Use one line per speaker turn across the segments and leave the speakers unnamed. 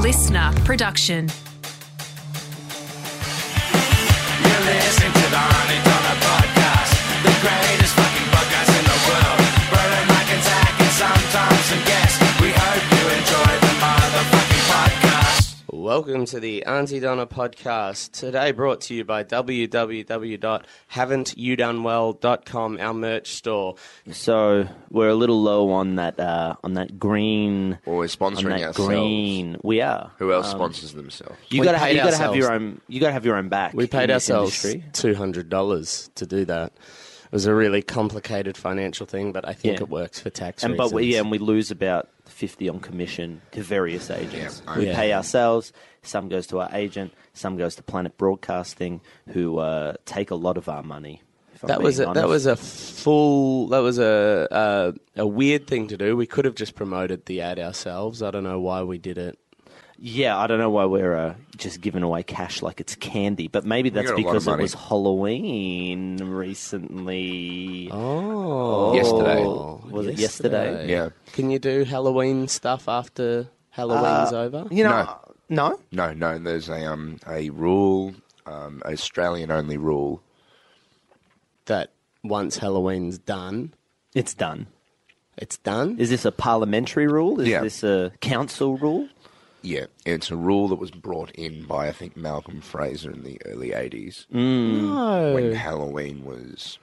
listener production.
You listen to the Honey Dollar Podcast, the greatest fucking podcast in the world. Brian McIntyre and Sam Thompson guest. We hope you enjoy the motherfucking podcast.
Welcome to the Auntie Donna podcast. Today brought to you by www.haven'tyoudonewell.com, our merch store.
So we're a little low on that uh, on that green.
Well, we're
on
sponsoring
that
ourselves.
green. We are.
Who
Um,
else sponsors themselves?
You
We
gotta have,
paid
you gotta have your
ourselves.
own. You gotta have your own back.
We paid
in this
ourselves
industry.
$200 to do that. It was a really complicated financial thing, but I think
Yeah.
it works for tax
and
reasons.
but we, yeah, and we lose about fifty on commission to various agents.
Yeah, I
we
know.
pay ourselves. Some goes to our agent. Some goes to Planet Broadcasting, who uh, take a lot of our money. if I'm
That was a,
being
that
honest.
was a full that was a, a a weird thing to do. We could have just promoted the ad ourselves. I don't know why we did it.
Yeah, I don't know why we're uh, just giving away cash like it's candy, but maybe that's
got a lot of
because it
money.
was Halloween recently.
Oh,
Yesterday.
Was it yesterday?
Yeah.
Can you do Halloween stuff after Halloween's
Uh,
over?
You know,
No.
no.
No, no. There's a um a rule, um Australian only rule.
That once Halloween's done,
it's done.
it's done.
Is this a parliamentary rule? Is
Yeah.
this a council rule?
Yeah, it's a rule that was brought in by I think Malcolm Fraser in the early '80s when
Mm. no.
Halloween was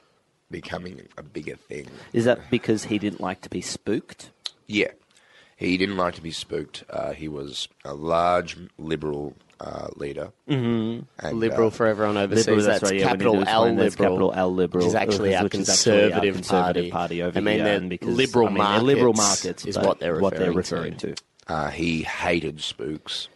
becoming a bigger thing.
Is that because he didn't like to be spooked?
Yeah, he didn't like to be spooked. Uh, he was a large liberal uh, leader. Mm-hmm. And,
Liberal
uh,
for everyone overseas.
Liberal,
that's
right, yeah, we need
capital
to
L
explain
liberal.
that's capital L liberal,
Which is actually our,
which is actually our
conservative
conservative
party.
party over
I mean,
here,
they're
and because-
liberal
I mean,
markets
they're liberal markets
is
but
what they're referring,
what they're referring to.
uh, he hated spooks.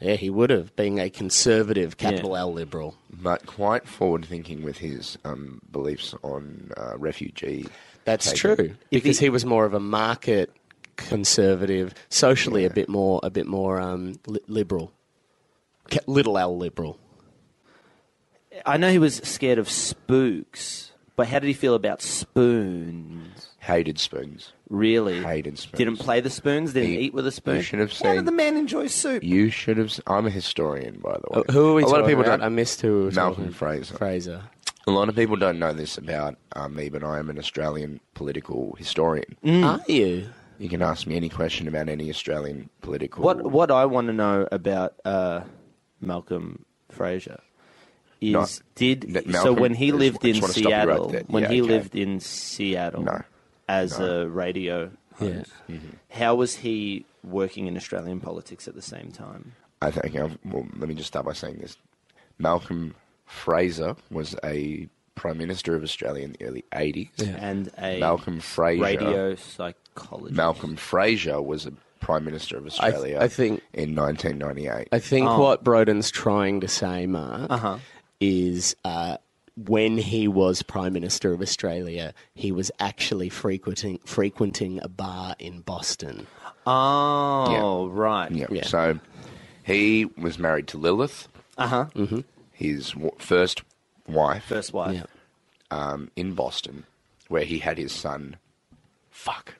Yeah, he would have being a conservative capital L liberal.
but quite forward thinking with his um, beliefs on uh, refugee.
That's
take
true
it.
because
he-
he, was more of a market conservative, socially a bit more a bit more um, li- liberal, Ca- little L liberal.
I know he was scared of spooks, but how did he feel about spoons?
Hated spoons.
Really?
Hated spoons.
Didn't play the spoons, didn't
He-
eat with a spoon.
you should have
How
seen-
did the man enjoy soup?
You should have. s- I'm a historian, by the way.
Oh, Who are we
a lot of people
about?
don't.
I missed who we were
Malcolm
talking-
Fraser.
Fraser.
a lot of people don't know this about um, me, but I am an Australian political historian.
Are you?
You can ask me any question about any Australian political.
What what I want to know about uh, Malcolm Fraser is
No.
did
N-
so
Malcolm
when he
is-
lived
I
in
just wanna stop you right
Seattle
there.
when
Yeah,
he
okay.
lived in Seattle
No. Mm-hmm.
as a radio host, how was he working in Australian politics at the same time?
I think. I've, well, let me just start by saying this: Malcolm Fraser was a prime minister of Australia in the early '80s.
And a
Malcolm Fraser.
radio psychologist.
Malcolm Fraser was a Prime Minister of
I th-
Australia.
I think-
in 1998.
I think
Oh.
what Broden's trying to say, Mark, is uh, when he was Prime Minister of Australia, he was actually frequenting frequenting a bar in Boston.
Oh right.
yeah.
yeah.
So he was married to Lilith.
Uh huh.
His w- first wife
First wife.
Yeah.
um, in Boston, where he had his son. Fuck.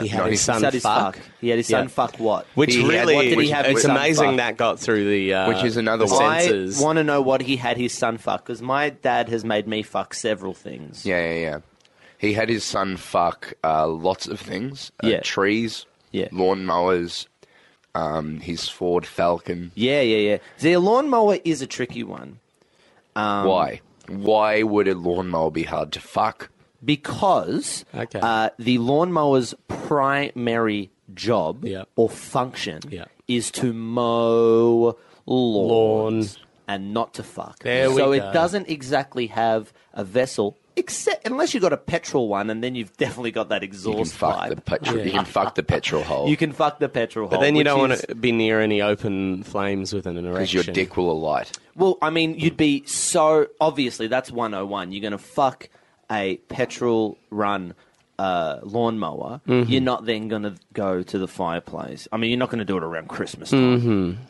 He had
No,
his
he-
son
He had his
fuck,
fuck. He had his son
Yeah.
fuck what?
which
He had-
really
what did he
which-
have
it's
with-
amazing
fuck?
that got through the uh,
Which is another
the
one. I
censors.
I want to know what he had his son fuck because my dad has made me fuck several things.
Yeah, yeah, yeah. He had his son fuck uh, lots of things. Uh,
Yeah.
Trees.
Yeah.
Lawnmowers. Um, his Ford Falcon.
yeah, yeah, yeah. The lawnmower is a tricky one
Why? Why would a lawnmower be hard to fuck?
because
Okay.
uh, the lawnmower's primary job
Yeah.
or function
Yeah.
is to mow lawns
Lawns.
and not to fuck.
There we
so
go.
it doesn't exactly have a vessel. Except unless you got a petrol one, and then you've definitely got that
You can
exhaust
fuck the
pipe.
petrol. You can fuck the petrol hole.
you can fuck the petrol
but
hole.
then you
which
don't
is-
want to be near any open flames with an
because
erection.
your dick will alight.
Well, I mean, you'd be so obviously that's 101. You're going to fuck a petrol run uh, lawnmower. You're not then going to go to the fireplace. I mean, you're not going to do it around Christmas time.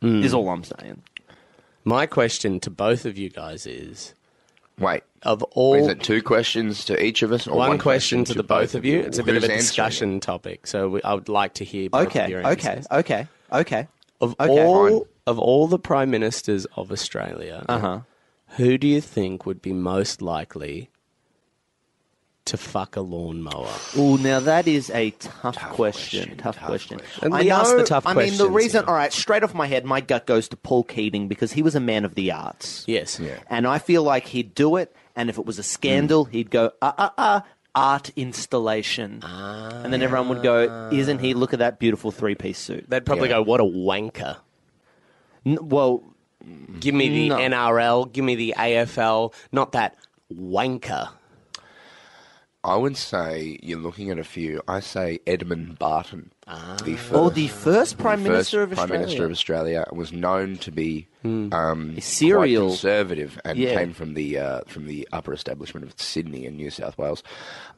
Is all I'm saying.
My question to both of you guys is:
Wait,
of all
is it two questions to each of us, or
one, question, to the both of you. It's a bit of
Who's
a
answering it?
discussion topic, so we, I would like to hear. Both of
Okay,
your
okay,
answers.
okay. Okay.
Of
Okay.
all
Fine.
of all the prime ministers of Australia,
Uh-huh.
who do you think would be most likely to fuck a lawnmower?
Ooh, now that is a tough, question,
question,
Tough,
tough
question.
question.
And we ask the tough
I mean, the
questions,
reason.
you know.
All right, straight off my head, my gut goes to Paul Keating because he was a man of the arts.
Yes.
Yeah.
And I feel like he'd do it, and if it was a scandal, he'd go, uh, uh, uh, art installation. and then everyone would go, isn't he? Look at that beautiful three piece suit.
They'd probably
Yeah.
go, "What a wanker."
N- well,
Give me the
No.
NRL, give me the AFL, not that wanker.
I would say you're looking at a few. I say Edmund Barton,
Ah.
the first,
oh, the first Prime
first
Minister of
Prime
Australia.
Minister of Australia, was known to be
Hmm.
um,
serial.
quite conservative and
Yeah.
came from the uh, from the upper establishment of Sydney and New South Wales.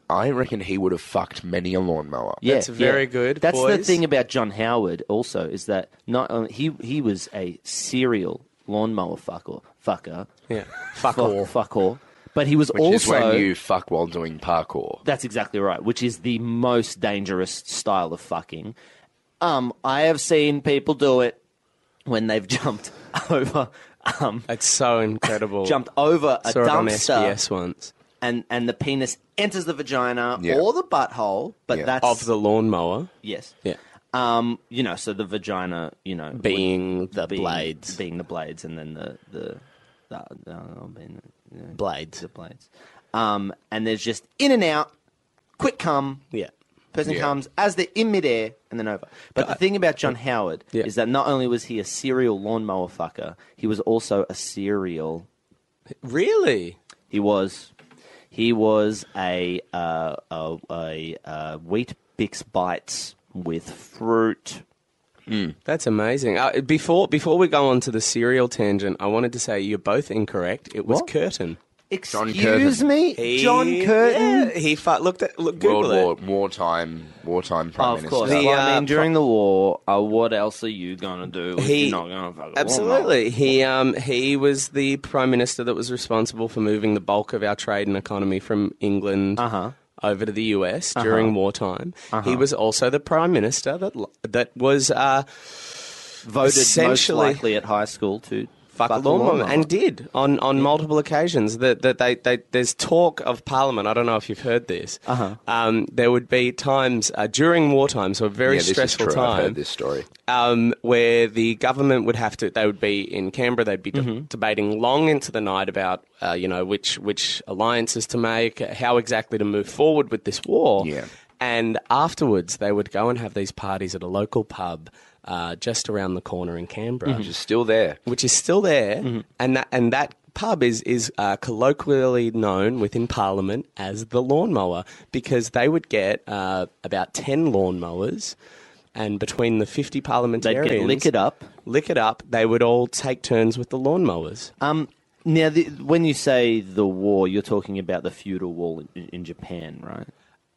I reckon he would have fucked many a lawnmower.
Yeah,
That's very
yeah.
good,
That's the
boys.
thing about John Howard. Also, is that not um, he? He was a serial lawnmower fucker. Fucker.
Yeah. Fuck
Fuck
all.
Fuck all. But he was
Which is
also.
when you fuck while doing parkour.
That's exactly right. Which is the most dangerous style of fucking. Um, I have seen people do it when they've jumped over. Um,
It's so incredible.
jumped over a
Saw it on
dumpster
SBS once.
and and the penis enters the vagina
Yeah.
or the butthole but
Yeah.
that's
Of the lawnmower.
yes
Yeah.
Um, you know, so the vagina, you know,
Being
would-
the blades.
being the blades, and then the the, the, the, uh, being the, you know,
Blades.
the blades. Um, and there's just in and out, quick come.
Yeah.
Person
Yeah.
comes as they're in midair and then over. But the thing about John Howard
Yeah.
is that not only was he a serial lawnmower fucker, he was also a serial.
Really?
He was, he was a uh, a, a, uh wheat bix bites with fruit.
That's amazing. Uh, before before we go on to the serial tangent, I wanted to say you're both incorrect. It was
What?
Curtin.
John
Excuse
Curtin.
me, John Curtin.
Yeah, he fu- looked at look, Google
World
it.
War, wartime, wartime prime
Of
minister.
course.
The,
Well, I
uh,
mean, during the war, uh, what else are you gonna do? If
He-
you're not gonna fuck a woman?
Absolutely. He um he was the prime minister that was responsible for moving the bulk of our trade and economy from England
Uh-huh.
over to the US
Uh-huh.
during wartime. He was also the prime minister that l- that was uh
Voted
Essentially-
most likely at high school to
fuck, a lawnmower and did on on multiple occasions that that they, they there's talk of parliament. I don't know if you've heard this.
Uh-huh.
Um, there would be times uh, during wartime, so a very
Yeah, this is
stressful
true. I've
time.
heard this story.
um, where the government would have to, they would be in Canberra, they'd be de- debating long into the night about, uh, you know, which, which alliances to make, uh, how exactly to move forward with this war.
Yeah.
And afterwards, they would go and have these parties at a local pub uh, just around the corner in Canberra,
Which is still there.
which is still there.
Mm-hmm.
And, that, and that pub is, is uh, colloquially known within Parliament as the lawnmower because they would get uh, about 10 lawnmowers. And between the 50
They'd
parliamentarians,
get liquored up.
lick it up, they would all take turns with the lawnmowers.
Um, now, the, when you say the war, you're talking about the feudal war in, in Japan, right?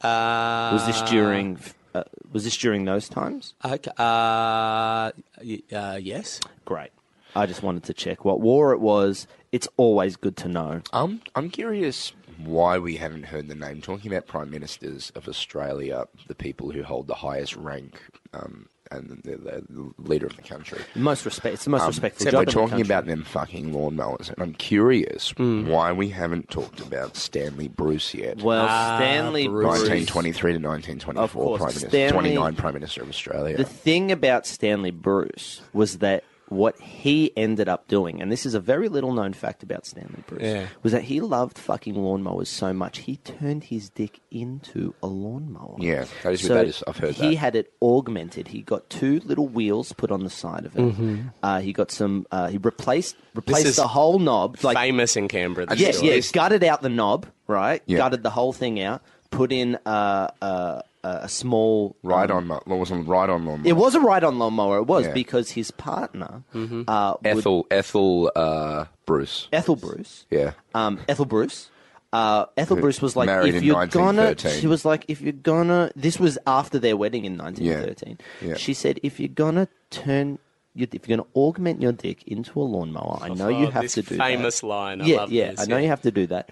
Uh,
Was this during? Uh, was this during those times?
Okay, uh, y- uh, yes.
Great. I just wanted to check what war it was. It's always good to know.
Um, I'm curious why we haven't heard the name. Talking about prime ministers of Australia, the people who hold the highest rank um, and the, the, the leader of the country.
Most respect. It's the most
Um,
respectful
except
job.
we're
in the
talking
country. Mm.
about them fucking lawnmowers, and I'm curious why we haven't talked about Stanley Bruce yet.
well,
Ah,
Stanley
Bruce.
Bruce.
1923 to 1924,
Of course,
prime minister,
Stanley-
29 prime minister of Australia.
The thing about Stanley Bruce was that what he ended up doing, and this is a very little known fact about Stanley Bruce,
Yeah.
was that he loved fucking lawnmowers so much he turned his dick into a lawnmower.
Yeah, that is- that is- I've heard
he
that.
had it augmented. He got two little wheels put on the side of it.
Mm-hmm.
Uh, he got some. Uh, he replaced
is
replaced the whole knob. Like
Famous in Canberra. This
yeah,
story.
yeah. Gutted out the knob, right?
Yeah.
Gutted the whole thing out. Put in uh, uh, a small
right on, mo- was on right on lawnmower.
it was a ride on lawnmower. It was
Yeah.
because his partner,
Mm-hmm.
uh, would-
Ethel Ethel uh, Bruce.
Ethel Bruce,
Yeah.
um, Ethel Bruce. Uh, Ethel
Who
Bruce was like,
married
if
in
you're gonna,
1913.
she was like, if you're gonna, this was after their wedding in 1913.
Yeah.
She said, if you're gonna turn, your, if you're gonna augment your dick into a lawnmower, I know you
Oh,
have
this
to do
famous
that.
line. I
yeah,
love
yeah,
this,
I know you have to do that.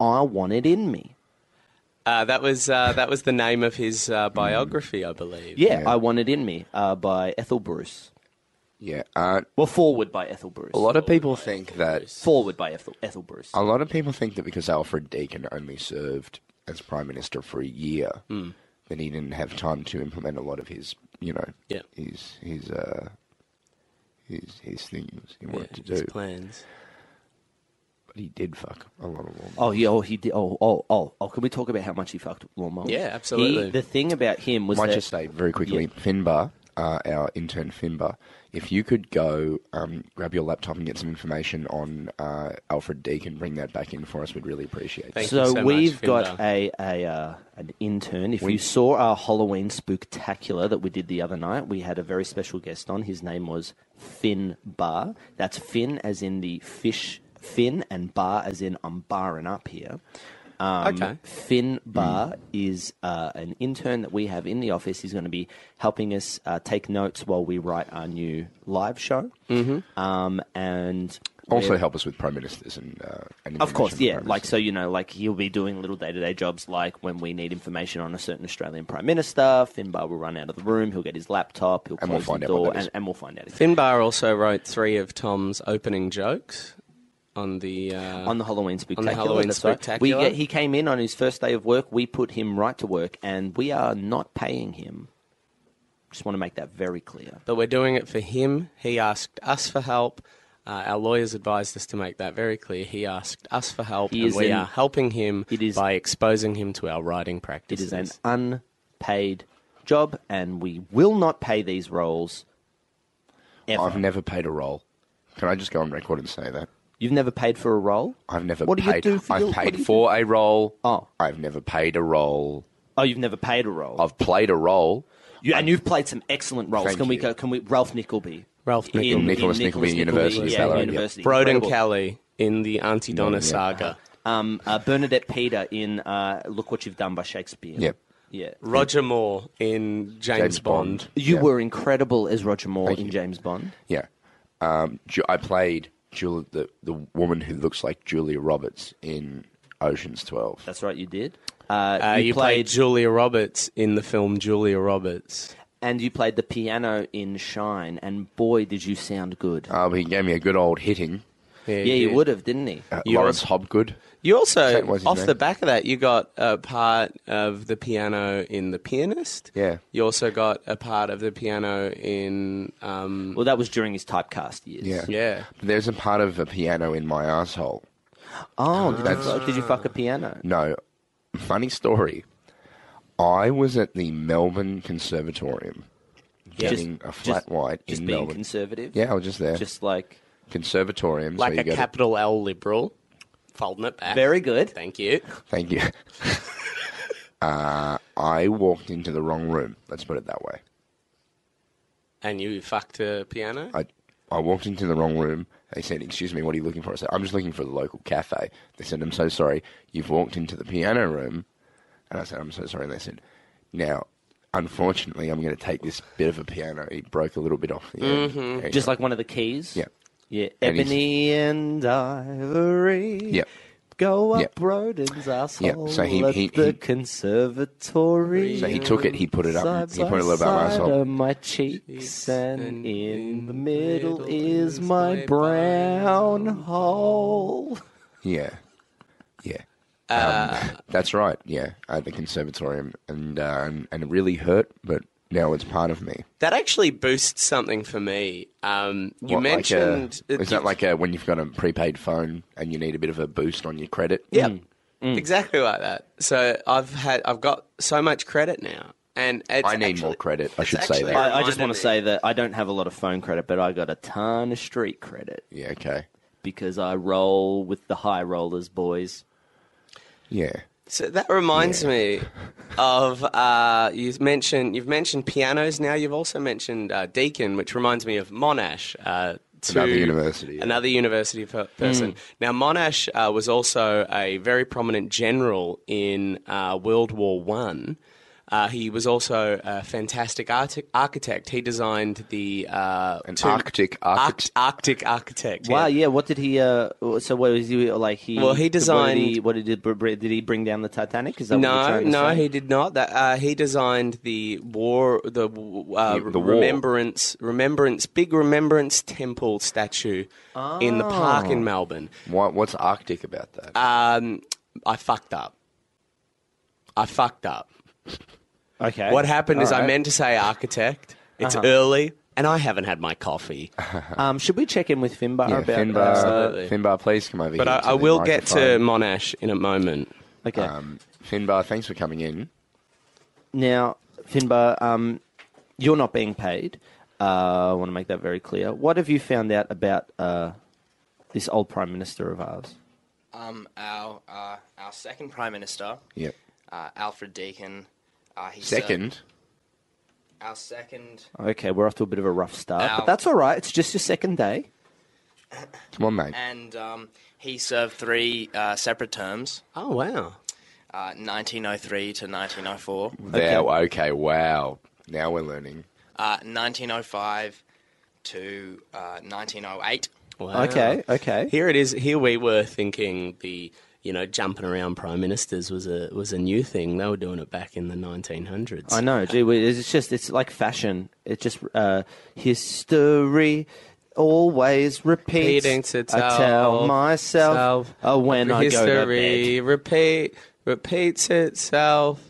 I want it in me.
Uh, that was uh, that was the name of his uh, biography, I believe.
Mm. Yeah,
Yeah.
I Want It In Me uh, by Ethel Bruce.
Yeah, uh,
Well, forward by Ethel Bruce.
a lot of people think that
forward by Ethel, Ethel Bruce.
a lot of people think that because Alfred Deakin only served as prime minister for a year,
Hmm.
then he didn't have time to implement a lot of his, you know,
Yeah.
his his uh, his his things he
Yeah,
wanted to
his
do.
plans.
But he did fuck a lot of lawn.
Oh yeah, oh he did. Oh oh oh oh. Can we talk about how much he fucked Lawnmower?
Yeah, absolutely.
He, the thing about him was
Might
that
just say very quickly, Finbar, uh, our intern Finbar, if you could go um, grab your laptop and get some information on uh, Alfred Deakin, bring that back in for us. We'd really appreciate
Thank
it.
you
so,
so
we've
much,
got
Finder.
a, a uh, an intern. If you saw our Halloween spooktacular that we did the other night, we had a very special guest on. His name was Finn Bar. That's Finn as in the fish fin, and Bar as in I'm barring up here. Um,
Okay.
Finn Barr is uh, an intern that we have in the office. He's going to be helping us uh, take notes while we write our new live show. Mm-hmm. Um, and
Also
we're-
help us with prime ministers and uh, and
of course, yeah.
information on
Like
prime
so, you know, like he'll be doing little day-to-day jobs, like when we need information on a certain Australian prime minister, Finbar will run out of the room. He'll get his laptop. He'll
And we'll
close
find
the
out what
door,
that is.
and, and we'll find out. Exactly.
Finbar also wrote three of Tom's opening jokes on the uh,
on the Halloween spectacular.
Halloween
that's right.
Spectacular.
We, yeah, he came in on his first day of work. We put him right to work, and we are not paying him. Just want to make that very clear.
but we're doing it for him. He asked us for help. Uh, our lawyers advised us to make that very clear. He asked us for help,
He
and
is
we
an-
are helping him
It is-
by exposing him to our writing
It
practices.
is an unpaid job, and we will not pay these roles. Ever.
I've never paid a role. Can I just go on record and say that?
You've never paid for a role.
I've never
What do you
paid.
do for
I've
your- what do
paid
you
for a role.
Oh.
I've never paid a role.
Oh, you've never paid a role.
I've played a role.
You, and you've played some excellent roles.
Thank
Can we
you.
go? Can we? Ralph Nickleby.
Ralph
In-
Nickleby.
in
Nicholas Nickleby, University of
yeah,
Ballarat, yeah.
University.
Broden
Incredible.
Kelly in the Auntie Donna
yeah.
saga.
Um, uh, Bernadette Peter in uh, Look What You've Done by Shakespeare.
Yep.
Yeah.
Roger Moore in James,
James
Bond.
Bond.
You
Yeah.
were incredible as Roger Moore
Thank
in
you.
James Bond.
Yeah. Um, Ju- I played Jul- the the woman who looks like Julia Roberts in Ocean's Twelve.
That's right, you did. Uh,
Uh,
you, played,
Julia Roberts in the film Julia Roberts.
and you played the piano in Shine, and boy, did you sound good.
Um, he gave me a good old hitting.
yeah, you would have, didn't he?
Uh,
You
Lawrence Hobgood.
You
Kate,
also,
what's his
off
name?
the back of that, you got a part of the piano in The Pianist.
Yeah.
You also got a part of the piano in. Um,
Well, that was during his typecast years.
Yeah.
yeah.
There's a part of a piano in my asshole.
Oh, did, you, fuck- did you fuck a piano?
No, funny story. I was at the Melbourne Conservatorium getting a flat
just,
white
Just
in
being
Melbourne.
conservative.
yeah, I was just there.
Just like
conservatorium. so
Like
you
a
go to-
capital L liberal. Folding it back.
very good.
Thank you.
thank you. uh, I walked into the wrong room. Let's put it that way.
And you fucked a piano?
I I walked into the wrong room. They said, "Excuse me, what are you looking for?" I said, "I'm just looking for the local cafe." They said, "I'm so sorry, you've walked into the piano room," and I said, "I'm so sorry." They said, "Now, unfortunately, I'm going to take this bit of a piano. It broke a little bit off the end." Yeah.
Just like one of the keys.
yeah,
Yeah.
And he's-
Ebony and ivory.
yeah.
Go up
Yeah.
Broden's asshole
so he-
at
he-
the
he-
conservatory.
So he took it, he put it up,
Side
he put
by
it a little bit
side
myself.
are my cheeks, and,
and
in
in
the
the
middle
middle
is
is
my
my
brown hole.
Yeah, yeah.
Uh.
um, that's right. Yeah, at the conservatorium, and uh, and, and it really hurt, but now it's part of me.
That actually boosts something for me. Um, you
What, like a-
mentioned.
is that like a, when you've got a prepaid phone and you need a bit of a boost on your credit? Mm.
Yeah,
Mm.
exactly like that. So I've had, I've got so much credit now, and it's
I need
actually-
more credit. I
it's
should say
actually-
that.
I, I just want
Reminded
to
me.
say that I don't have a lot of phone credit, but I got a ton of street credit
Yeah. Okay.
because I roll with the high rollers, boys.
Yeah.
So that reminds me of uh, you mentioned you've mentioned pianos. Now you've also mentioned uh, Deacon, which reminds me of Monash. Uh, to
Another university, yeah.
Another university per- person. Now Monash uh, was also a very prominent general in uh, World War One. Uh, he was also a fantastic arti- architect. He designed the uh,
An
tomb-
Arctic architect.
Arc- Arctic architect.
Wow,
yeah.
yeah. What did he? Uh, so what was he like? He
Well, he
what did
designed-
he- What did he, br- br- did he bring down the Titanic? Is that what you're
No,
trying to
no,
say?
he did not. That uh, he designed the war, the, w- uh,
The- the war.
remembrance, remembrance, big remembrance temple statue in the park in Melbourne.
Why, what's Arctic about that?
Um, I fucked up. I fucked up.
Okay.
What happened is I
Alright.
meant to say architect. It's early, and I haven't had my coffee.
Um, should we check in with Finbar
yeah,
about uh,
Finbar,
absolutely.
Finbar, please come over here.
But I,
to
I
the
will get to
microphone.
Monash in a moment.
Uh, okay.
Um, Finbar, thanks for coming in.
Now, Finbar, um, you're not being paid. Uh, I want to make that very clear. What have you found out about uh, this old prime minister of ours?
Um, our uh, our second prime minister,
Yep.
uh, Alfred Deakin. Uh, he's uh,
Second,
our second.
Okay, we're off to a bit of a rough start, but
Ow.
that's all right. It's just your second day.
come on, mate.
And um, he served three uh, separate terms,
Oh wow!
uh, 1903 to 1904,
Wow, okay, wow. Now we're learning.
uh, 1905 to uh, 1908.
Wow.
Okay, okay.
Here it is. Here we were thinking the you know jumping around prime ministers was a was a new thing. They were doing it back in the 1900s.
I know, gee, whiz, it's just it's like fashion. It just uh, history always repeats.
Repeating to
I
tell
tell myself
self
uh, when I go to
history
bed.
repeat repeats itself.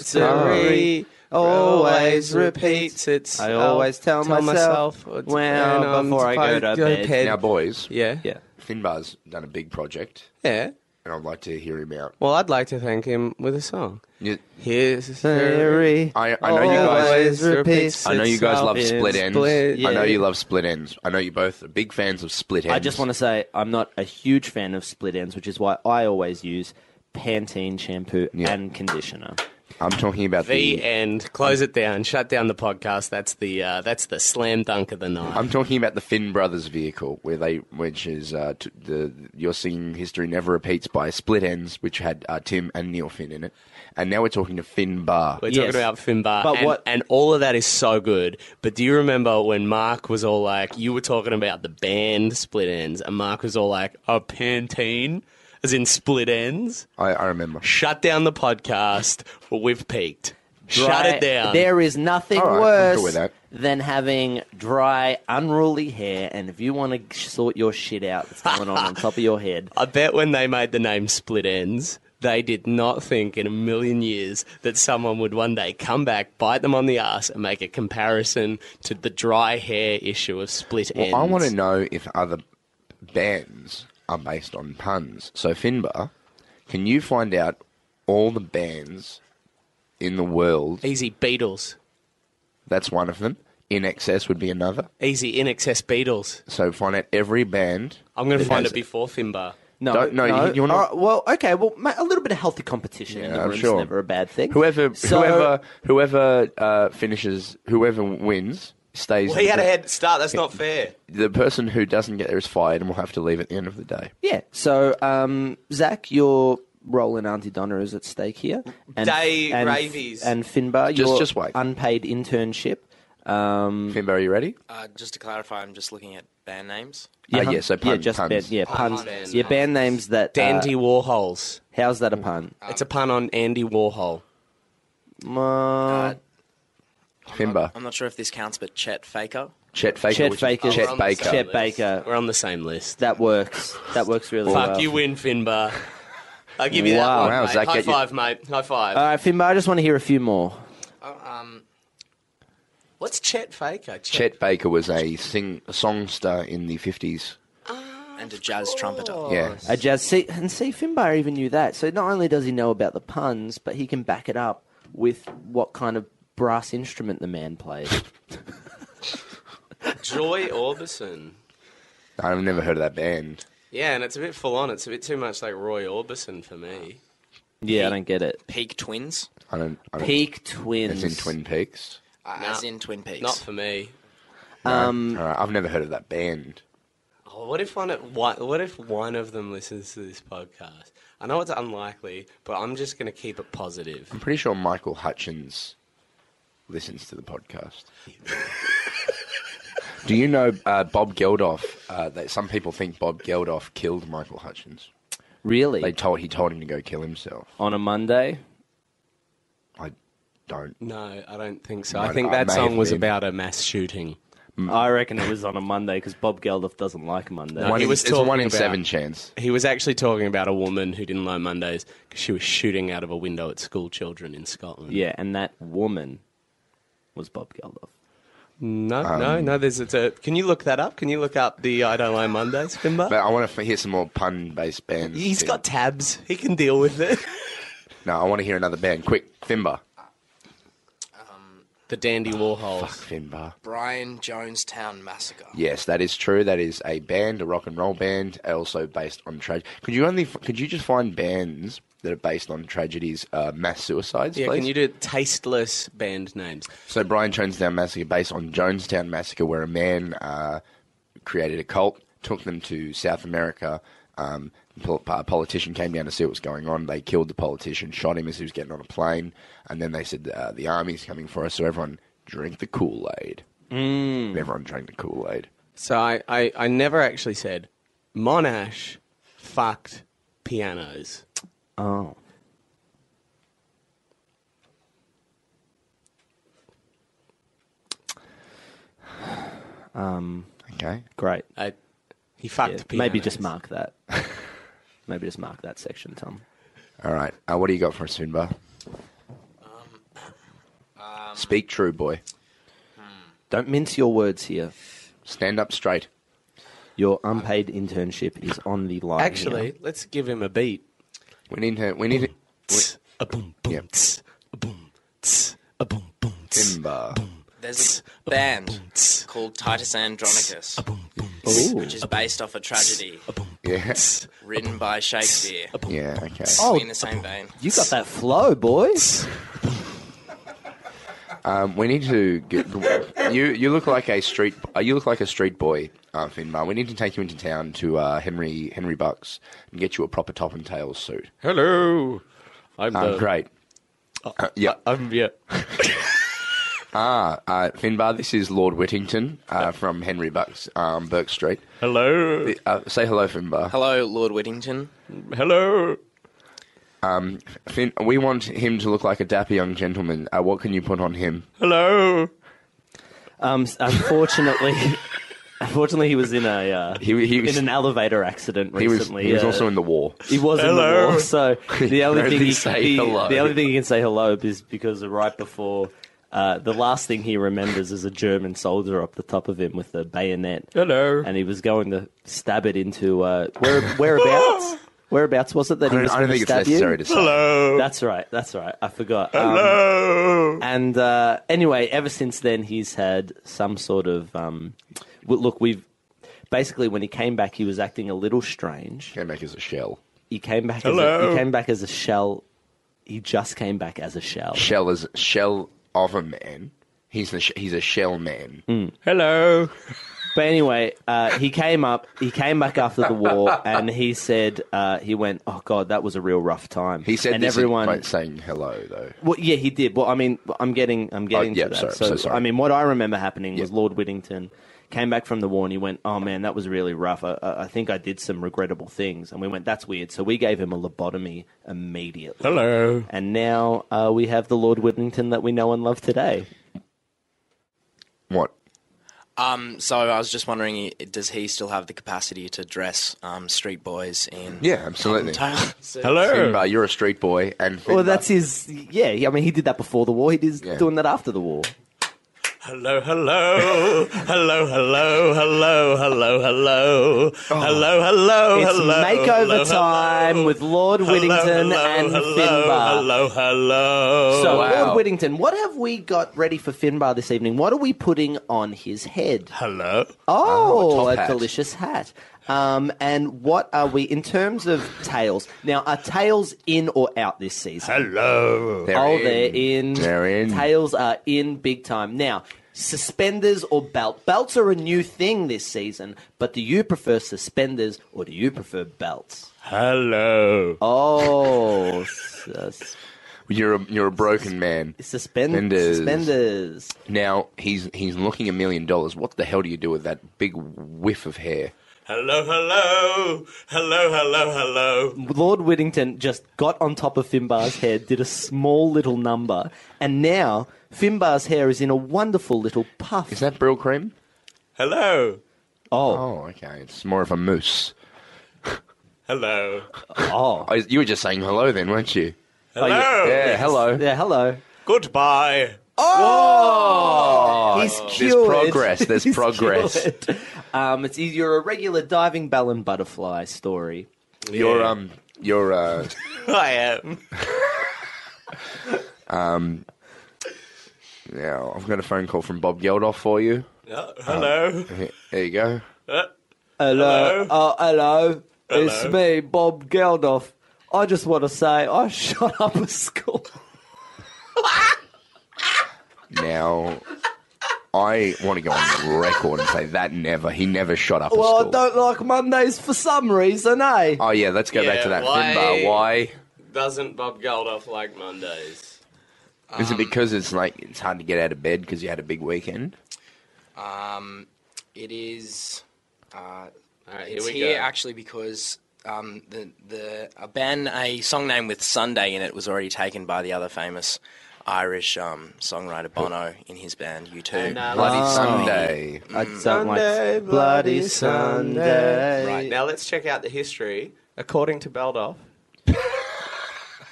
History.
History
always
always
repeats
repeats itself.
I always tell myself,
it's-
well,
when I'm
before I go
supposed
to bed.
Now, boys,
Yeah.
Yeah.
Finbar's done a big project,
Yeah.
and I'd like to hear him out.
Well, I'd like to thank him with a song.
You-
History.
History.
I- I know you
Oh,
guys-
always repeats.
I know you guys
itself
love
in
split ends.
split-
I know
Yeah.
you love split ends. I know you both are big fans of split ends.
I just want to say I'm not a huge fan of split ends, which is why I always use Pantene shampoo
Yeah.
and conditioner.
I'm talking about the.
The end. Close it down. Shut down the podcast. That's the uh, that's the slam dunk of the night.
I'm talking about the Finn Brothers vehicle, where they, which is uh, t- the you're singing "History Never Repeats" by Split Ends, which had uh, Tim and Neil Finn in it, and now we're talking to Finn Bar.
We're
Yes.
talking about Finbar,
But
and,
what-
and all of that is so good. But do you remember when Mark was all like, you were talking about the band split ends, and Mark was all like, oh, Pantene, as in split ends?
I, I remember.
Shut down the podcast. We've peaked. Shut
Dry-
it down.
There is nothing
All right, I'm
worse
cool with that.
than having dry, unruly hair. And if you want to sort your shit out that's going on on top of your head,
I bet when they made the name Split Ends, they did not think in a million years that someone would one day come back, bite them on the ass, and make a comparison to the dry hair issue of Split Ends.
Well, I want to know if other bands are based on puns. So Finbar, can you find out all the bands in the world?
Easy Beatles.
That's one of them. In excess would be another.
Easy in excess Beatles.
So find out every band.
I'm going to
that
find
has
it before Finbar.
no,
Don't- no, you- you're not-
All right, Uh, well, okay, well, ma- a little bit of healthy competition in
Yeah,
the
I'm
room's
sure.
never a bad thing.
Whoever,
So-
whoever, whoever uh, finishes, whoever wins stays.
Well, he had
the,
a head start. That's not fair.
The person who doesn't get there is fired, and will have to leave at the end of the day.
Yeah. So, um, Zach, your role in Auntie Donna is at stake here. And,
Day
and,
ravies.
And Finbar,
Just-
your
just wait.
unpaid internship. Um,
Finbar, are you ready?
Uh, just to clarify, I'm just looking at band names.
Uh, yeah, so
yeah,
pun-
just
puns.
band, yeah, puns.
Puns.
yeah, band names that.
Oh, Dandy
Uh,
Warhols.
how's that a pun?
uh,
It's a pun on Andy Warhol.
Uh,
Finbar,
I'm not sure if this counts, but Chet Faker.
Chet Faker,
Chet
which is
Faker. Oh,
Chet
We're on the
Baker.
same
Chet
list.
Baker.
We're on the same list.
that works. That works really well.
Fuck, you win, Finbar. I'll give you
Wow.
Wow, does
that one. mate.
that
High
get you- Uh,
five, mate. High five.
All right, Finbar, I just want to hear a few more.
Oh, um,
What's Chet Faker? Chet.
Chet Baker was a sing songster in the fifties.
and a jazz trumpeter.
Yeah,
A jazz see, and see Finbar even knew that. So not only does he know about the puns, but he can back it up with what kind of brass instrument the man plays.
Joy Orbison.
I've never heard of that band.
Yeah, and it's a bit full on. It's a bit too much like Roy Orbison for me.
yeah, I don't get it.
Peak Twins,
I don't. I don't
Peak Twins.
It's in Twin Peaks.
uh,
Nah.
as in Twin Peaks.
Not for me.
Um,
All right, I've never heard of that band.
Oh, what if one? Of, what, what if one of them listens to this podcast? I know it's unlikely, but I'm just going to keep it positive.
I'm pretty sure Michael Hutchins listens to the podcast. Do you know uh, Bob Geldof? Uh, that some people think Bob Geldof killed Michael Hutchins.
Really?
They told he told him to go kill himself.
on a Monday?
I don't.
No, I don't think so.
Might-
I think
I
that
may
song
have
was
been.
about a mass shooting.
Mm.
I reckon it was on a Monday because Bob Geldof doesn't like Monday.
No.
One
He
in-
was
it's a one
talking
in
about-
seven chance.
He was actually talking about a woman who didn't like Mondays because she was shooting out of a window at school children in Scotland.
Yeah, and that woman was Bob Geldof.
No, no, no. There's it's a. Can you look that up? Can you look up the I don't like Mondays, Finbar?
But I want to hear some more pun-based bands.
He's
Finn.
got tabs. He can deal with it.
No, I want to hear another band. Quick, Finbar.
The Dandy Warhols.
Finbar.
Brian Jonestown Massacre.
Yes, that is true. That is a band, a rock and roll band, also based on tragedy. Could you only could you just find bands that are based on tragedies, uh, mass suicides?
Yeah,
please?
can you do tasteless band names?
So Brian Jonestown Massacre, based on Jonestown Massacre, where a man uh, created a cult, took them to South America. Um, pol- a politician came down to see what was going on. They killed the politician, shot him as he was getting on a plane, and then they said uh, the army's coming for us. So everyone drank the Kool Aid. Mm. Everyone drank the Kool Aid.
So I, I, I never actually said Monash fucked pianos.
Oh.
Okay,
Great.
I, he fucked
Yeah,
pianos.
maybe just mark that. maybe just mark that section, Tom.
all right. Uh, what do you got for us, Finbar? Speak true, boy.
Don't mince your words here.
Stand up straight.
Your unpaid internship is on the line.
Actually,
here.
let's give him a beat.
We need to. We need to.
Tss, a boom boom.
Yep.
Tss, a boom. Tss, a boom boom. tss,
Finbar.
There's a
a
band
boom, tss,
called Titus Andronicus,
a boom boom. tss,
Ooh.
which is based off a tragedy
A boom. boom,
Yeah.
tss,
written by Shakespeare.
a boom.
Yeah. Okay.
Oh.
In the same vein.
You got that flow, boys.
Um, we need to get you. You look like a street. Uh, you look like a street boy, uh, Finbar. We need to take you into town to uh, Henry Henry Bucks and get you a proper top and tails suit.
Hello. I'm
Ah,
Um,
the,
great. Uh, yeah,
I'm yeah.
uh, Finbar. This is Lord Whittington uh, from Henry Bucks, um, Burke Street.
Hello.
Uh, say hello, Finbar.
Hello, Lord Whittington.
Hello.
Fin, we want him to look like a dapper young gentleman. Uh, what can you put on him?
Hello.
Um, s- unfortunately, unfortunately, he was in a uh,
He- he was-
in an elevator accident
He was.
recently.
he was
uh,
also in the war.
He was in the
Hello.
war, so the only
Can
thing
only
he,
say
he-
hello.
the only thing he can say hello is because right before uh, the last thing he remembers is a German soldier up the top of him with a bayonet,
Hello.
and he was going to stab it into uh, where whereabouts whereabouts was it that
I
he
don't,
was
I don't
going to
think
stab
it's necessary
you?
to say.
Hello.
That's right, that's right. I forgot. Um,
Hello.
and uh, anyway, ever since then, he's had some sort of um, well, look. We've basically when he came back, he was acting a little strange
Came back as a shell.
he came back. As a,
Hello?
he came back as a shell. He just came back as a shell.
Shell is shell of a man. He's the sh- he's a shell man.
Hmm.
Hello.
But anyway, uh, he came up. He came back after the war, and he said uh, he went. Oh God, that was a real rough time.
He said
and
this in-
everyone.
by saying hello though.
Well, yeah, he did. Well, I mean, I'm getting, I'm getting
Oh, yeah,
to that.
sorry, so sorry.
I mean, what I remember happening was
Yeah.
Lord Whittington came back from the war and he went, "Oh man, that was really rough. I, I I think I did some regrettable things." And we went, "That's weird." So we gave him a lobotomy immediately.
Hello.
And now uh, we have the Lord Whittington that we know and love today.
What?
Um, so I was just wondering, does he still have the capacity to dress um, street boys in?
Yeah, absolutely.
Hello.
Finbar, you're a street boy, and Finbar,
Well, that's his. Yeah, I mean, he did that before the war. He did
Yeah.
doing that after the war.
Hello, hello, hello, hello, hello, hello, hello, hello, hello,
Oh. It's
hello. hello,
makeover time
hello,
with Lord
hello,
Whittington
hello,
and
hello,
Finbar.
Hello, hello.
So,
wow.
Lord Whittington, what have we got ready for Finbar this evening? What are we putting on his head?
hello.
Oh,
top
a
hat.
delicious hat. Um, and what are we in terms of tails? Now, are tails in or out this season?
Hello.
They're
oh,
in.
they're in.
They're in.
Tails are in big time. Now, suspenders or belt? Belts are a new thing this season, but do you prefer suspenders or do you prefer belts?
Hello.
Oh, sus-
You're a, you're a broken man.
suspend-
Suspenders.
suspenders.
Now he's he's looking a million dollars. What the hell do you do with that big whiff of hair?
Hello, hello, hello, hello, hello.
Lord Whittington just got on top of Finbar's head, did a small little number, and now Finbar's hair is in a wonderful little puff.
Is that brill cream?
Hello,
oh,
Oh, okay. It's more of a mousse.
hello,
oh,
Oh, you were just saying hello then, weren't you?
hello.
Yeah, hello.
yeah. Hello.
Goodbye.
He's
There's
cured.
progress. There's
He's
progress.
cured. Um, it's your irregular diving bell and butterfly story.
Your um your uh
I am.
now I've got a phone call from Bob Geldof for you.
Uh, hello.
Here- There you go.
Uh, Hello.
Hello. Uh, hello. It's
Hello.
me, Bob Geldof. I just want to say I shot up a school.
Now I want to go on the record and say that never he never shot up a
Well, I
school.
don't like Mondays for some reason, eh?
Oh yeah, let's go back
Yeah,
to that
why-
Finbar. Why?
doesn't Bob Geldof like Mondays?
Is
Um,
it because it's like it's hard to get out of bed because you had a big weekend?
It is. Uh,
All right, here
it's
we
here
go.
actually because um, the the a band a song name with Sunday in it was already taken by the other famous Irish um, songwriter Bono in his band U2.
And, uh,
Bloody
let's-
Sunday.
I don't
Sunday,
like
bloody
Sunday.
Right, now let's check out the history. According to Beldoff,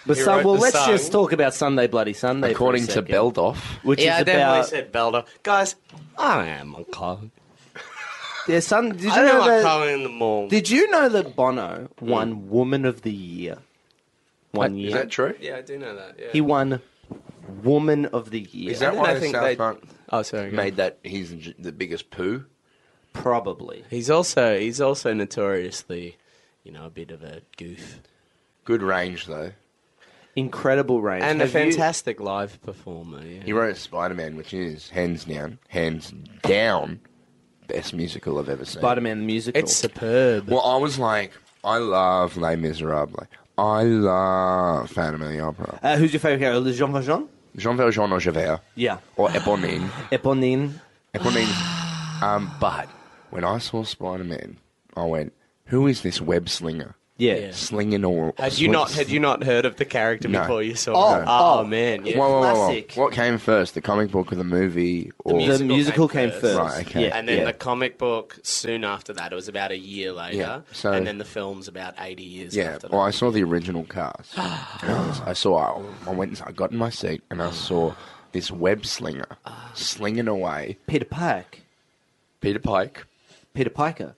But
He
some,
wrote
well,
the
let's
song.
just talk about Sunday, bloody Sunday. for a
According to
second,
Beldoff,
which
yeah, I
is
definitely
about
said Beldoff. Guys,
I am a clown.
yeah, Sun. Did you
I don't
know
like
that?
Colin in the mall.
Did you know that Bono won Woman of the Year? One
is
year.
that true?
yeah, I do know that. Yeah.
He won Woman of the Year.
Is that
didn't
why
I think
South
they-
Park
Oh, sorry. go on.
made that he's j- the biggest poo?
probably?
He's also he's also notoriously, you know, a bit of a goof
Good range though.
Incredible range.
and a
Have you-
fantastic live performer.
He
Yeah.
wrote Spider Man, which is hands down, hands down, best musical I've ever seen.
Spider-Man the musical.
It's superb.
Well, I was like, I love Les Miserables. I love Phantom of the Opera.
uh, who's your favorite character? Jean Valjean.
Jean Valjean or Javert
Yeah.
or Eponine.
Eponine.
Eponine. um, but when I saw Spider Man, I went, "Who is this web slinger?
Yeah.
Yeah.
Slinging all?
Had you not had you not heard of the character
No.
before you saw
Oh,
it?
oh.
man, yeah.
Whoa, whoa, whoa, whoa.
Classic.
What came first, the comic book or the movie? Or
The
musical
musical
came
came first.
Right, okay.
Yeah,
And then
yeah.
the comic book soon after that. It was about a year later.
Yeah, so-
and then the film's about eighty years
Yeah,
after that.
well, I saw the original cast. And I, was- I saw. I went. I got in my seat and I saw this web slinger slinging away.
Peter Pike.
Peter Pike.
Peter Piker.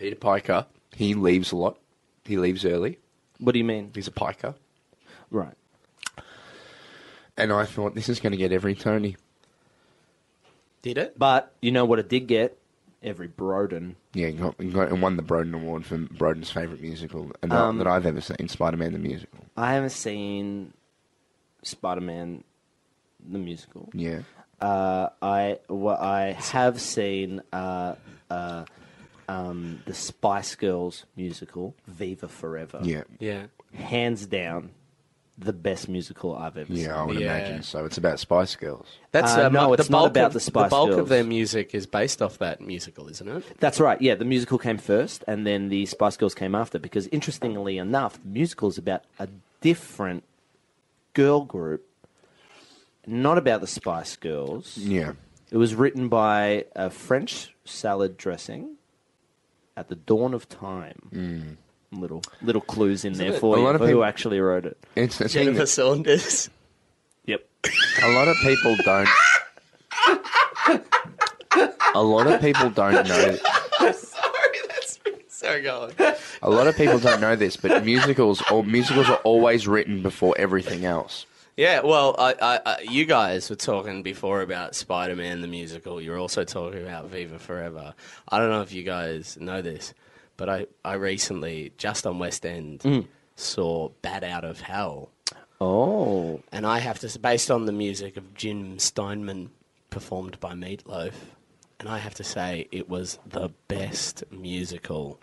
Peter Piker. He leaves a lot. He leaves early.
What do you mean?
He's a piker.
Right.
And I thought this is going to get every Tony.
Did it?
But you know what it did get? Every Broden.
Yeah, he got, he got and won the Broden Award for Broden's favorite musical and that- that I've ever seen, Spider-Man the musical.
I haven't seen Spider-Man the musical.
Yeah,
Uh, I well, I have seen uh, uh, um, the Spice Girls musical Viva Forever.
yeah,
Yeah.
hands down, the best musical I've ever
yeah. I
seen.
would
Yeah.
imagine so. It's about Spice Girls.
That's
Uh,
uh,
no,
mu-
it's
the
not
bulk
about
of,
the Spice
bulk
Girls.
of their music is based off that musical, isn't it?
That's right. Yeah, the musical came first, and then the Spice Girls came after. Because interestingly enough, the musical is about a different girl group, not about the Spice Girls.
Yeah,
It was written by a French salad dressing at the dawn of time.
Hmm.
Little little clues in there for
a
you
lot of
for who
people-
actually wrote it.
it's the thing
Jennifer
that
Saunders.
Yep.
a lot of people don't. a lot of people don't know.
Sorry, that's so gone.
A lot of people don't know this, but musicals or musicals are always written before everything else.
Yeah, well, I, I, I, you guys were talking before about Spider Man the musical. You were also talking about Viva Forever. I don't know if you guys know this, but I, I recently, just on West End, saw Bat Out of Hell.
Oh.
And I have to, s- based on the music of Jim Steinman, performed by Meatloaf, and I have to say it was the best musical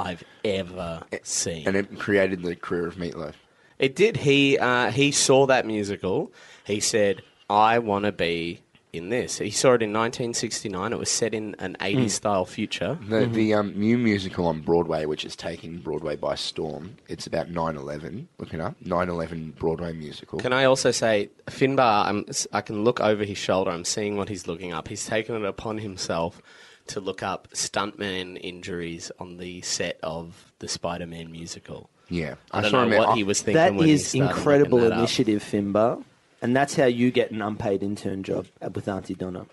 I've ever seen.
And it created the career of Meatloaf.
It did. He uh, he saw that musical. He said, "I want to be in this." He saw it in 1969. It was set in an 80s
Mm.
style future.
The, the um, new musical on Broadway, which is taking Broadway by storm, it's about 9 11. Look it up. 9 11 Broadway musical.
Can I also say, Finbar? I'm, I can look over his shoulder. I'm seeing what he's looking up. He's taken it upon himself to look up stuntman injuries on the set of the Spider-Man musical.
yeah.
I don't
saw
know
him-
what
I-
he was thinking.
That
when he
is
started looking
incredible
that up.
initiative, Finbar. And that's how you get an unpaid intern job at- with Auntie Donna.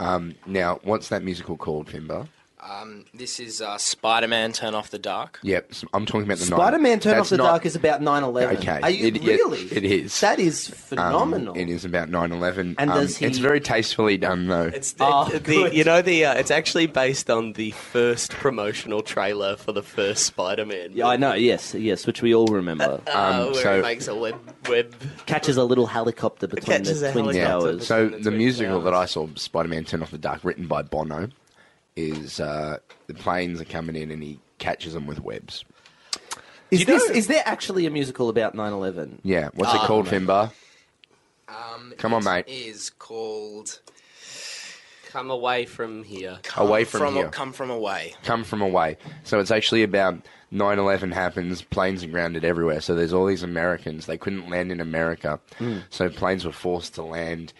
Now, what's that musical called, Finbar?
This is uh, Spider Man Turn Off the Dark.
Yep, s- I'm talking about the nine-
Spider Man Turn
that's
Off the
not-
Dark is about 9 11.
Okay,
Are you
it- yeah,
really?
it is.
That is
um,
phenomenal.
It is about 9/11.
And
Um,
does he-
It's very tastefully done, though.
It's
Oh,
the,
good.
you know the uh, it's actually based on the first promotional trailer for the first Spider-Man.
Yeah, I know, yes, yes, which we all remember.
Uh,
Um,
where
so-
it makes a web web.
catches a little helicopter between
Catches
the
a
Twin
helicopter.
Towers.
So
That's
the
very
musical
clever.
that I saw, Spider-Man Turn Off the Dark, written by Bono, is uh, the planes are coming in and he catches them with webs.
Is,
You know-
this, is there actually a musical about 9 11?
Yeah, what's
Ah,
it called, Finbar?
Um,
Come on, mate.
Is called
Come away from here.
Oh,
Come
Away from
from
here.
Come from away.
Come from away. So it's actually about 9/11 happens, planes are grounded everywhere. So there's all these Americans. They couldn't land in America,
Hmm.
so planes were forced to land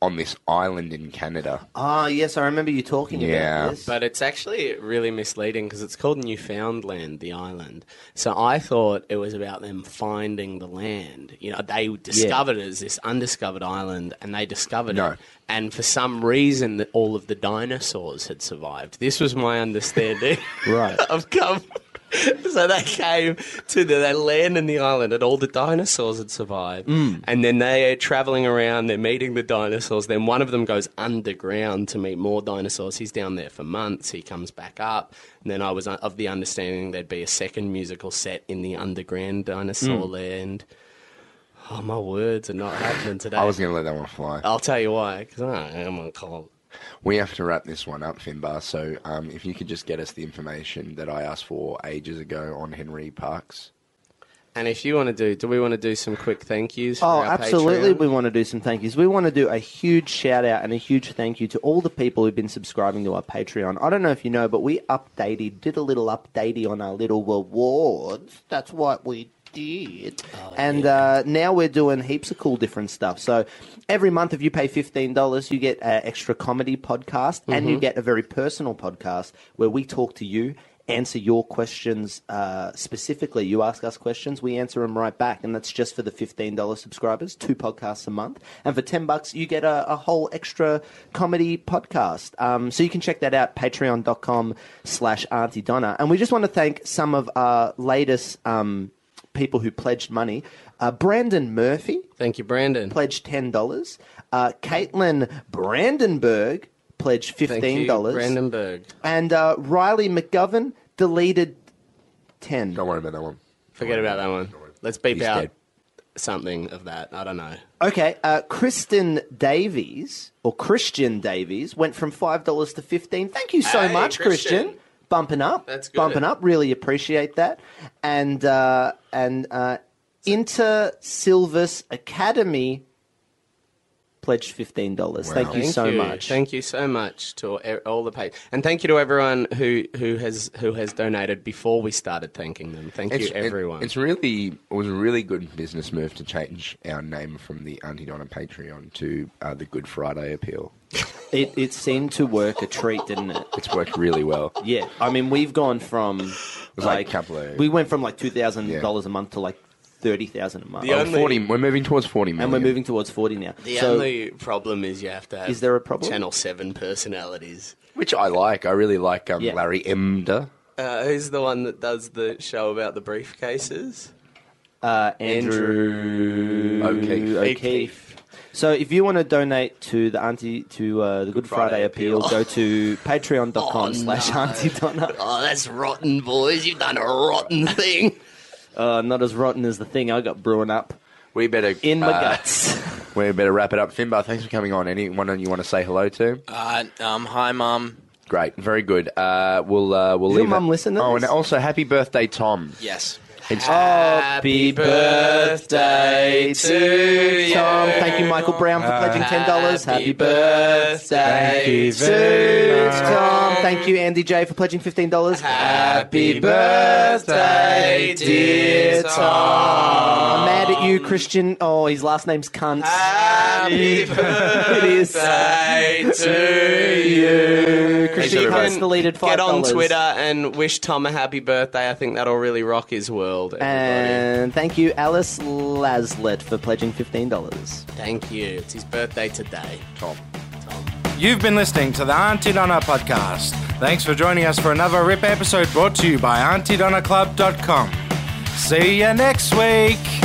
on this island in Canada.
Ah, yes, I remember you talking
Yeah.
about this.
But it's actually really misleading because it's called Newfoundland, the island. So I thought it was about them finding the land. You know, they discovered it as this undiscovered island, and they discovered
No.
it. And for some reason, that all of the dinosaurs had survived. This was my understanding.
Right.
I've come. So they came to the, they land in the island, and all the dinosaurs had survived.
Mm.
And then they are traveling around, they're meeting the dinosaurs. Then one of them goes underground to meet more dinosaurs. He's down there for months. He comes back up. And then I was un- of the understanding there'd be a second musical set in the underground dinosaur
Mm.
land. Oh, my words are not happening today.
I was going to let that one fly.
Oh.
I'll tell you why, because I am on cold.
We have to wrap this one up, Finbar. So, um, if you could just get us the information that I asked for ages ago on Henry Parks.
And if you want to do, do we want to do some quick thank yous? For
Oh,
our
absolutely.
Patreon?
We want to do some thank yous. We want to do a huge shout out and a huge thank you to all the people who've been subscribing to our Patreon. I don't know if you know, but we updated, did a little updatey on our little rewards. That's what we did.
Oh,
and uh, now we're doing heaps of cool different stuff. So every month, if you pay $15, you get an extra comedy podcast and
Mm-hmm.
you get a very personal podcast where we talk to you answer your questions uh, specifically. You ask us questions, we answer them right back, and that's just for the fifteen dollars subscribers, two podcasts a month, and for ten bucks you get a, a whole extra comedy podcast. Um, so you can check that out, Patreon.com/slash Auntie Donna. And we just want to thank some of our latest um, people who pledged money. Uh, Brandon Murphy
Thank you, Brandon.
pledged ten dollars. Uh, Caitlin Brandenburg pledged
Thank
fifteen dollars.
you, Brandenburg.
And uh, Riley McGovern deleted 10.
Don't worry about that one.
Forget about that one. Let's beep
He's
out
dead.
something of that. I don't know.
Okay, uh, Kristen Davies, or Christian Davies, went from $5 to 15 Thank you so
Hey,
much, Christian.
Christian.
Bumping up.
That's good.
Bumping up. Really appreciate that. And, uh, and uh, Inter Silvus Academy pledged $15. Thank you
Thank
so much.
Thank you so much to e- all the patrons, and thank you to everyone who, who has who has donated before we started thanking them. Thank you,
it-
everyone.
it's really it was a really good business move to change our name from the Auntie Donna Patreon to uh, the Good Friday Appeal.
it, it seemed to work a treat, didn't it?
It's worked really well.
Yeah, I mean, we've gone from
was like
like,
a couple of-
we went from like two thousand dollars a month to like thirty thousand a month,
The
Oh,
only-
40, we're moving towards forty million.
and we're moving towards forty now.
the
so
only problem is you have to. Have
Is there a problem?
Channel Seven personalities.
which I like. I really like um,
Yeah.
Larry Emder.
Uh, who's the one that does the show about the briefcases?
uh, Andrew
O'Keefe.
O'Keefe. So if you want to donate to the auntie to uh, the Good, Friday,
Friday
appeal,
Appeal.
go to patreon.com slash auntie Donna.
Oh, that's rotten, boys! You've done a rotten thing.
Uh, not as rotten as the thing I got brewing up
We better
in my
uh,
guts.
We better wrap it up. Finbar, thanks for coming on. Anyone you want to say hello to?
Uh, um, hi, mum.
Great, very good. Uh, we'll uh, we'll leave.
your mum
it-
listen to
Oh,
this?
and also happy birthday, Tom.
Yes.
It's-
Happy birthday to you. Tom. Thank you, Michael Brown, for pledging ten dollars. Happy birthday to Tom. Thank you, Andy J, for pledging fifteen dollars. Happy birthday, dear Tom. I'm mad at you, Christian. Oh, his last name's cunt. Happy
Um,
birthday it is. to you,
Thanks,
Christian.
everyone.
Cunt's deleted five
Get on Twitter and wish Tom a happy birthday. I think that'll really rock his world. everybody.
And thank you, Alice Lazlet, for pledging fifteen dollars.
Thank you. It's his birthday today.
You've been listening to the Auntie Donna podcast. Thanks for joining us for another RIP episode brought to you by AuntieDonnaClub.com. See you next week.